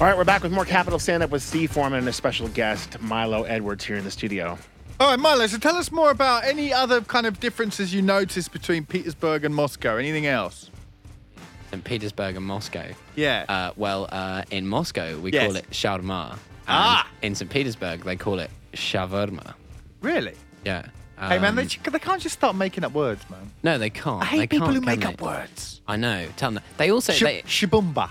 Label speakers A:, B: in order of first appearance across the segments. A: All right, we're back with more Capital Stand Up with Steve Foreman and a special guest, Milo Edwards, here in the studio.
B: All right, Milo, so tell us more about any other kind of differences you noticed between Petersburg and Moscow. Anything else?
C: in Petersburg and Moscow.
B: Yeah.
C: Uh, well, uh, in Moscow we
B: Yes.
C: call it shawarma. and
B: Ah.
C: In St. Petersburg they call it shawarma.
B: really?
C: Yeah.
B: hey, man,
C: Um,
B: they, they can't just start making up words, man.
C: no, they can't.
B: I hate
C: They
B: people
C: can't,
B: who
C: can
B: make
C: they?
B: up words.
C: I know. Tell them. That. They also
B: Sh-
C: they
B: Shibumba.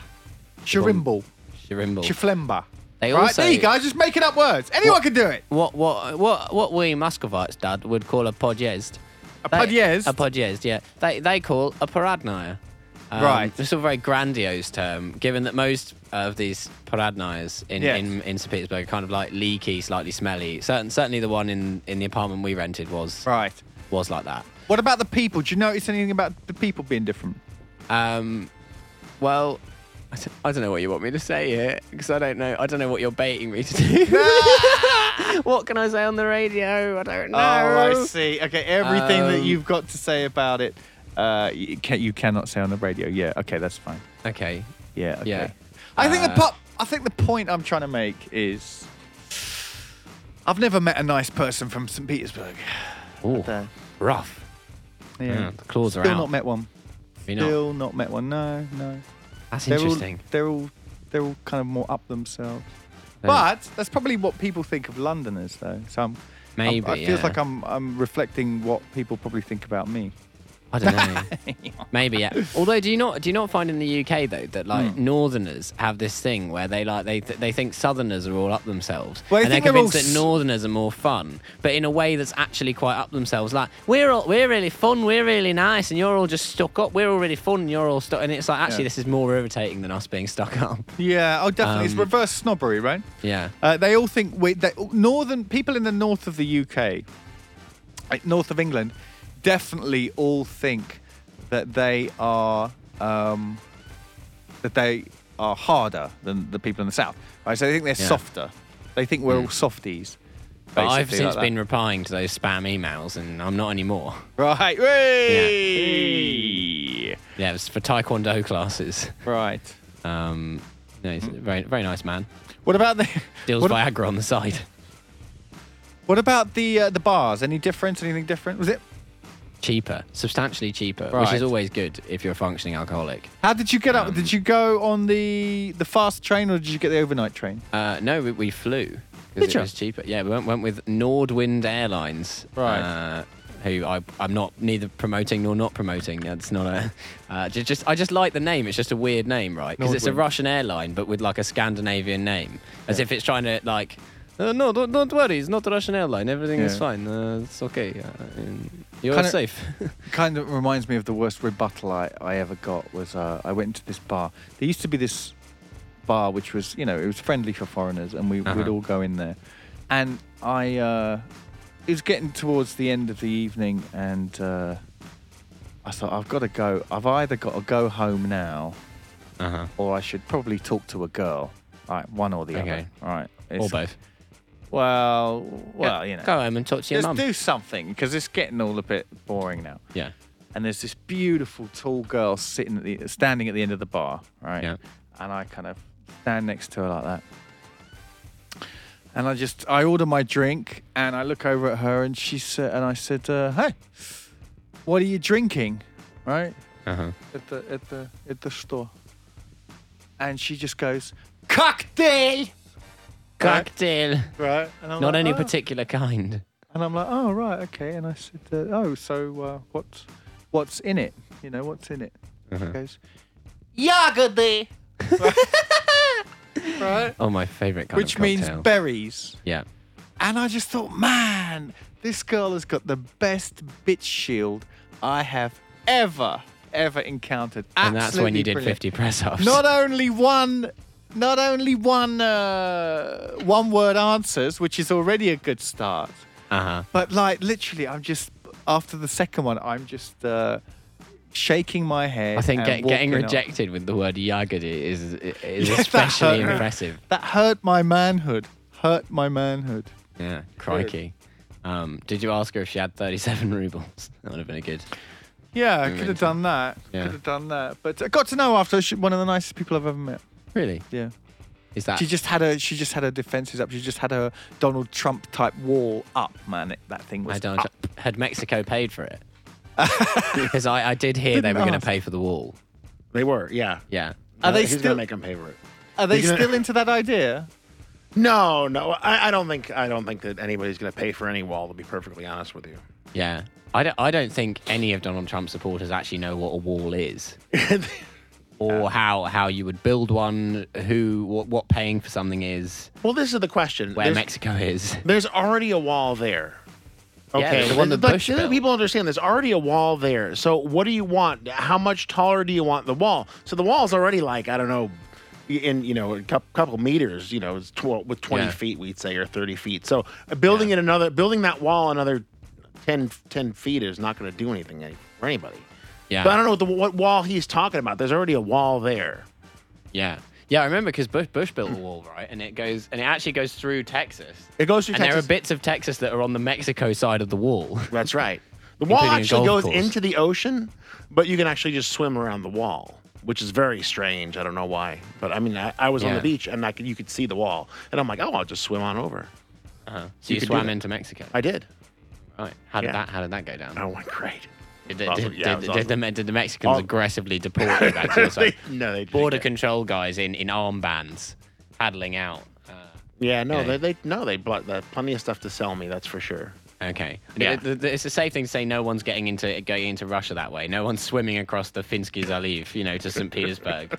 B: Shirimble.
C: Shirimble.
B: Chiflemba.
C: They
B: right,
C: also-
B: there you go. Just making up words. Anyone
C: What-
B: can do it.
C: what what what what we Muscovites dad would call a podjezd.
B: A
C: They-
B: podjezd?
C: A podjezd, yeah. They they call a paradnaya. Um,
B: Right.
C: It's a very grandiose term, given that most of these paradnayas in,
B: Yes.
C: in, in St. Petersburg are kind of like leaky, slightly smelly. Certain, certainly the one in, in the apartment we rented was
B: Right.
C: was like that.
B: What about the people? Do you notice anything about the people being different?
C: Um, well, I don't, I don't know what you want me to say here because I don't know. I don't know what you're baiting me to do. what can I say on the radio? I don't know.
B: Oh, I see. Okay, everything that
C: Um,
B: you've got to say about it, uh, you, can, you cannot say on the radio. Yeah, okay, that's fine.
C: Okay.
B: Yeah, okay.
C: Yeah.
B: I think the
C: Uh,
B: pop. I think the point I'm trying to make is, I've never met a nice person from St. Petersburg.
C: Ooh,
B: There.
C: rough.
B: Yeah,
C: Yeah, Hmm, the claws are
B: still
C: out.
B: not met one.
C: Maybe not.
B: Still not met one. No, no.
C: That's
B: They're all,
C: interesting.
B: they're all, they're all kind of more up themselves.
C: Yeah.
B: But that's probably what people think of Londoners, though. So I'm,
C: Maybe,
B: I'm, it feels
C: yeah.
B: like I'm, I'm reflecting what people probably think about me.
C: I don't know. Maybe. Yeah. Although, do you not do you not find in the UK though that like
B: Hmm.
C: Northerners have this thing where they like they th- they think Southerners are all up themselves,
B: Well, I
C: and they're
B: think they're all
C: convinced
B: s-
C: that Northerners are more fun, but in a way that's actually quite up themselves. Like we're all we're really fun, we're really nice, and you're all just stuck up. We're all really fun, and you're all stuck. And it's like actually
B: Yeah.
C: this is more irritating than us being stuck up.
B: Yeah, oh, definitely. it's
C: Um,
B: reverse snobbery, right?
C: Yeah.
B: Uh, they all think we, they, northern people in the north of the UK, like north of England, definitely all think that they are um, that they are harder than the people in the south. Right, so they think they're
C: Yeah. Hmm.
B: softer. They think we're all softies.
C: But I've
B: basically,
C: since
B: like that.
C: been replying to those spam emails, and I'm not anymore.
B: right. Whey!
C: Yeah, it's for Taekwondo classes.
B: Right.
C: Um, no, he's a very very nice man.
B: What about the
C: Deals
B: Hmm. what,
C: Viagra on the side.
B: what about the uh, the bars? Any difference? Anything different? Was it?
C: Cheaper, substantially cheaper, which
B: Right.
C: is always good if you're a functioning alcoholic.
B: How did you get up?
C: Um,
B: did you go on the the fast train or did you get the overnight train?
C: Uh, no, we, we flew
B: Did
C: because it
B: you?
C: was cheaper. Yeah, we went, went with Nordwind Airlines.
B: Right.
C: Uh, who I, I'm not neither promoting nor not promoting. That's not a. Uh, just, just I just like the name. It's just a weird name, right? Because it's a
B: Nordwind.
C: Russian airline, but with like a Scandinavian name, as if it's trying to like. Uh, no, don't, don't worry. It's not a Russian airline. Everything is
B: Yeah.
C: fine. Uh, it's okay. Uh, and you're
B: Kinda-
C: safe.
B: Kind of reminds me of the worst rebuttal I, I ever got was uh, I went into this bar. There used to be this bar which was you know it was friendly for foreigners and we we'd
C: Uh-huh.
B: all go in there, and I uh, it was getting towards the end of the evening and uh, I thought I've got to go. I've either got to go home now
C: uh huh.
B: or I should probably talk to a girl. All right, one or the
C: Okay.
B: other. All right,
C: Or
B: It's-
C: both.
B: Well, well, you know.
C: Go home and talk to your
B: Let's
C: mum.
B: do something because it's getting all a bit boring now.
C: Yeah.
B: And there's this beautiful tall girl sitting at the standing at the end of the bar, right?
C: Yeah.
B: And I kind of stand next to her like that. And I just I order my drink and I look over at her and she said and I said, uh, "Hey, what are you drinking?" Right?
C: Uh huh.
B: At the at the at the store. And she just goes, "Cocktail."
C: Cocktail.
B: Right? And I'm
C: Not
B: like,
C: any
B: "Oh."
C: particular kind.
B: And I'm like, oh right, okay. And I said, uh, oh, so uh, what's what's in it? You know, what's in it?
C: Uh-huh.
B: She goes, yagade, right?
C: Oh, my favourite kind
B: Which
C: of
B: means
C: cocktail.
B: berries.
C: yeah.
B: And I just thought, man, this girl has got the best bitch shield I have ever ever encountered.
C: And that's when you
B: Absolutely
C: did
B: brilliant.
C: 50 press ups.
B: Not only one. Not only one uh, one-word answers, which is already a good start,
C: uh-huh.
B: But like literally, I'm just after the second one, I'm just uh, shaking my head.
C: I think
B: and
C: get, getting
B: walking
C: rejected with the word yagadi is, is
B: Yeah, that
C: especially
B: hurt.
C: impressive.
B: Up. That hurt my manhood. Hurt my manhood.
C: Yeah. Crikey. Um, did you ask her if she had 37 rubles? That would have been a good.
B: Yeah, I
C: Mm,
B: could have done that. uh,
C: yeah.
B: Could have done that. But I got to know after she, one of the nicest people I've ever met.
C: Really?
B: Yeah.
C: Is that
B: She just had her. She just had her defenses up. She just had her Donald Trump type wall up, man. It, that thing was.
C: I don't.
B: up.
C: Had Mexico paid for it? because I, I did hear they
B: Didn't
C: were going to
B: ask.
C: pay for the wall.
A: They were, yeah. Uh,
C: Yeah.
B: Are they
A: he's
B: still-
A: gonna make him pay for it?
B: Are they
A: You're gonna-
B: still into that idea?
A: No, no, I, I don't think I don't think that anybody's going to pay for any wall. To be perfectly honest with you,
C: Yeah. I don't, I don't think any of Donald Trump's supporters actually know what a wall is or how, how you would build one, who, what, what paying for something is,
A: well, this is the question:
C: where
A: there's,
C: Mexico is.
A: there's already a wall there.
C: Yeah,
A: Okay,
C: the one that
A: But
C: Bush
A: the-
C: built.
A: people understand there's already a wall there. So what do you want? How much taller do you want the wall? So the wall's already like I don't know, in you know a cou- couple meters. You know, it's tw- with 20
C: Yeah.
A: feet we'd say or 30 feet. So building it another building that wall another 10, 10 feet is not going to do anything any- for anybody.
C: Yeah.
A: But I don't know what, the, what wall he's talking about. There's already a wall there.
C: Yeah. Yeah, I remember because Bush, Bush built a wall, right? And it goes, and it actually goes through Texas.
A: It goes through
C: And there are
A: Texas.
C: bits of Texas that are on the Mexico side of the wall.
A: That's right. The wall
C: Including a
A: actually goes
C: golf course.
A: into the ocean, but you can actually just swim around the wall, which is very strange. I don't know why, but I mean, I, I was on the
C: Yeah.
A: beach and I could, you could see the wall, and I'm like, oh, I'll just swim on over.
C: Uh-huh. So you,
A: could do
C: swam
A: that.
C: into Mexico.
A: I did.
C: Right. How did
A: Yeah.
C: that? How did that go down?
A: I went great.
C: Did, did,
A: Awesome.
C: did,
A: Yeah, Oh. it was
C: did, did the, Me- did the Mexicans
A: Aw-
C: aggressively deport you back to your side?
A: no, they didn't
C: Border
A: get-
C: control guys in, in armbands paddling out. Uh,
A: Yeah, no,
C: Yeah.
A: they, they no, they bought they had plenty of stuff to sell me. That's for sure.
C: okay.
A: Yeah.
C: Th- th- th- It's a safe thing to say no one's getting into going into Russia that way. No one's swimming across the Finsky Zaliv, you know, to St. Petersburg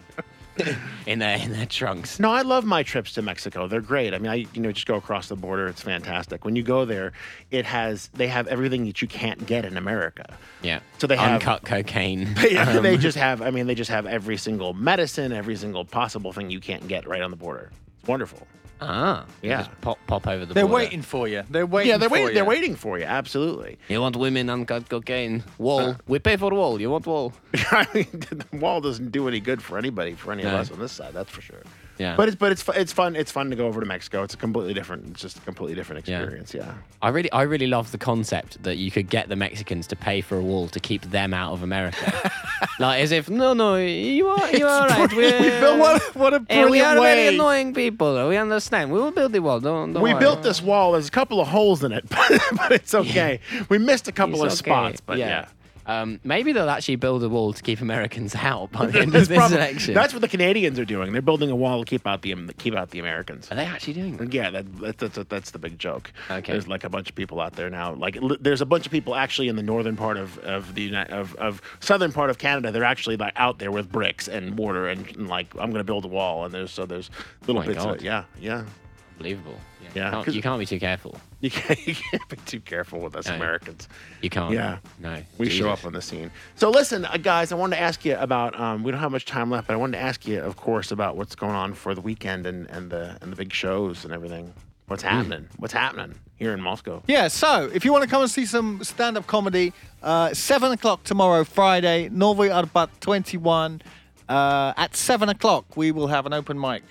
C: in their in their trunks.
A: No, I love my trips to Mexico. They're great. I mean, I you know just go across the border. It's fantastic. When you go there, it has they have everything that you can't get in America.
C: Yeah.
A: So they have-
C: uncut cocaine.
A: They, they just have. I mean, they just have every single medicine, every single possible thing you can't get right on the border. It's wonderful.
C: Ah. you
A: Yeah.
C: Just pop pop over the
B: They're
C: border.
B: waiting for you. They're waiting.
A: yeah, they're
B: for
A: waiting.
B: you.
A: They're waiting for you. Absolutely.
C: You want women uncut cocaine? Wall.
A: Uh.
C: we pay for wall. You want wall?
A: I mean, the wall doesn't do any good for anybody, for any of
C: No.
A: us on this side. That's for sure.
C: Yeah.
A: But it's but it's fu- it's fun. It's fun to go over to Mexico. It's a completely different. It's just a completely different
C: Yeah.
A: experience. Yeah.
C: I really, I really love the concept that you could get the Mexicans to pay for a wall to keep them out of America, like as if no, no, you are, you are right.
B: But
C: We're,
B: what, what a
C: eh,
B: brilliant
C: we are
B: way.
C: very annoying people. We understand. We will build the wall. Don't, don't
A: we
C: worry.
A: built this wall. There's a couple of holes in it, but, but it's okay. We missed a couple
C: It's
A: of
C: okay.
A: spots, but yeah.
C: Um, maybe they'll actually build a wall to keep Americans out by the end of this
A: prob-
C: election.
A: that's what the Canadians are doing. They're building a wall to keep out the keep out the Americans.
C: Are they actually doing that?
A: Yeah, that, that, that's that's the big joke.
C: Okay.
A: There's like a bunch of people out there now. Like, li- there's a bunch of people actually in the northern part of of the Uni- of, of southern part of Canada. They're actually like out there with bricks and mortar and, and, like I'm gonna build a wall. And there's so there's little
C: Oh my
A: bits. Of
C: God.
A: it. Yeah, yeah.
C: Unbelievable.
A: Yeah,
C: You, can't,
A: 'cause-
C: you can't be too careful.
A: You can't, you can't be too careful with us
C: No.
A: Americans.
C: You can't.
A: Yeah.
C: No.
A: We show
C: Jesus.
A: up on the scene. So listen, uh, guys, I wanted to ask you about. Um, we don't have much time left, but I wanted to ask you, of course, about what's going on for the weekend and, and the and the big shows and everything. What's happening? What's happening here in Moscow?
B: Yeah, so if you want to come and see some stand up comedy, uh, 7 o'clock tomorrow, Friday, Norway Arbat 21. Uh, at 7 o'clock, we will have an open mic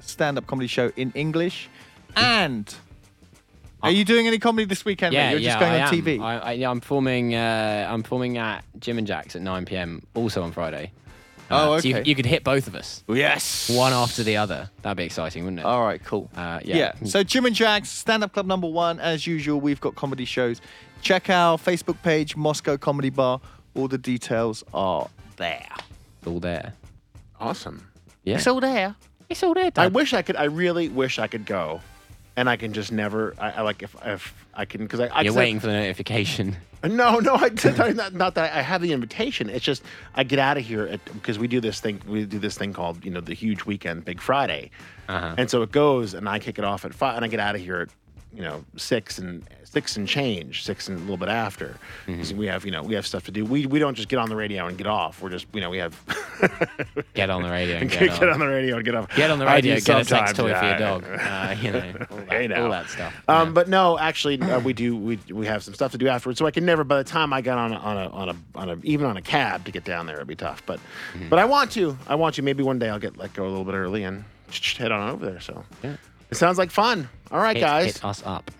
B: stand up comedy show in English. And are you doing any comedy this weekend? mate?
C: Yeah,
B: You're
C: yeah,
B: just going
C: I
B: on
C: am.
B: TV.
C: I, I, yeah, I'm forming. Uh, I'm forming at Jim and Jack's at 9 p.m. Also on Friday. Uh,
B: Oh,
C: So you,
B: okay.
C: you could hit both of us,
B: yes.
C: one after the other. That'd be exciting, wouldn't it?
B: All right, cool.
C: Uh, yeah.
B: So Jim and Jags, stand up club number one. As usual, we've got comedy shows. Check our Facebook page, Moscow Comedy Bar. All the details are there.
C: It's all there.
A: Awesome.
C: Yeah.
B: It's all there.
C: it's all there.
A: I
C: Dad.
A: wish I could. I really wish I could go, and I can just never. I, I like if if I can because I. I
C: You're
A: 'cause I-
C: waiting for the notification.
A: No, no, I did not, not that I have the invitation. It's just I get out of here at, because we do this thing. We do this thing called you know the huge weekend, Big Friday,
C: Uh-huh.
A: and so it goes, and I kick it off at five, and I get out of here at you know six and six and change, six and a little bit after.
C: Mm-hmm.
A: 'Cause we have you know we have stuff to do. We we don't just get on the radio and get off. We're just you know we have
C: Get on the radio. And
A: get,
C: get, on.
A: on the radio and get off.
C: Get on the
A: I
C: radio.
A: do
C: Get a sex
A: sometimes,
C: toy for
A: yeah.
C: your dog. Uh, you know, all that,
A: Hey, now.
C: all that stuff.
A: Um,
C: Yeah.
A: But no, actually, uh, we do. We, we have some stuff to do afterwards. So I can never. By the time I got on a, on a on a on a even on a cab to get down there, it'd be tough. But
C: Mm-hmm.
A: but I want to. I want to. Maybe one day I'll get let go a little bit early and head on over there. So
C: Yeah.
A: it sounds like fun. All right,
C: Hit-
A: guys.
C: hit us up.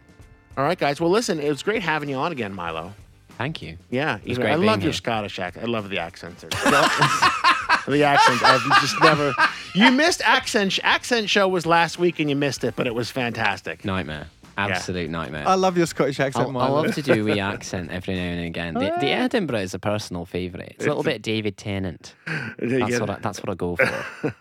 A: All right, guys. Well, listen, it was great having you on again, Milo.
C: Thank you.
A: Yeah,
C: was
A: even-
C: great
A: I
C: being
A: love your
C: here.
A: Scottish accent. I love the accents. They're, for the accent. I've just never. You missed accent. Sh- Accent show was last week, and you missed it, but it was fantastic.
C: Nightmare. Absolute nightmare.
B: I love your Scottish accent,
C: I'll, I'll
B: Milo.
C: love to do wee accent every now and again. The, the Edinburgh is a personal favourite. It's a little bit David Tennant.
A: There you
C: That's
A: go.
C: what I, that's what I go for.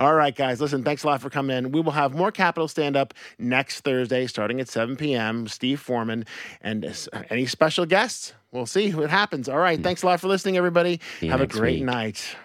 A: All right, guys. Listen, thanks a lot for coming in. We will have more Capital Stand Up next Thursday, starting at 7 p.m. Steve Foreman and uh, s- any special guests. We'll see what happens. All right. Thanks a lot for listening, everybody.
C: Mm. you
A: have a
C: next
A: great
C: week.
A: night.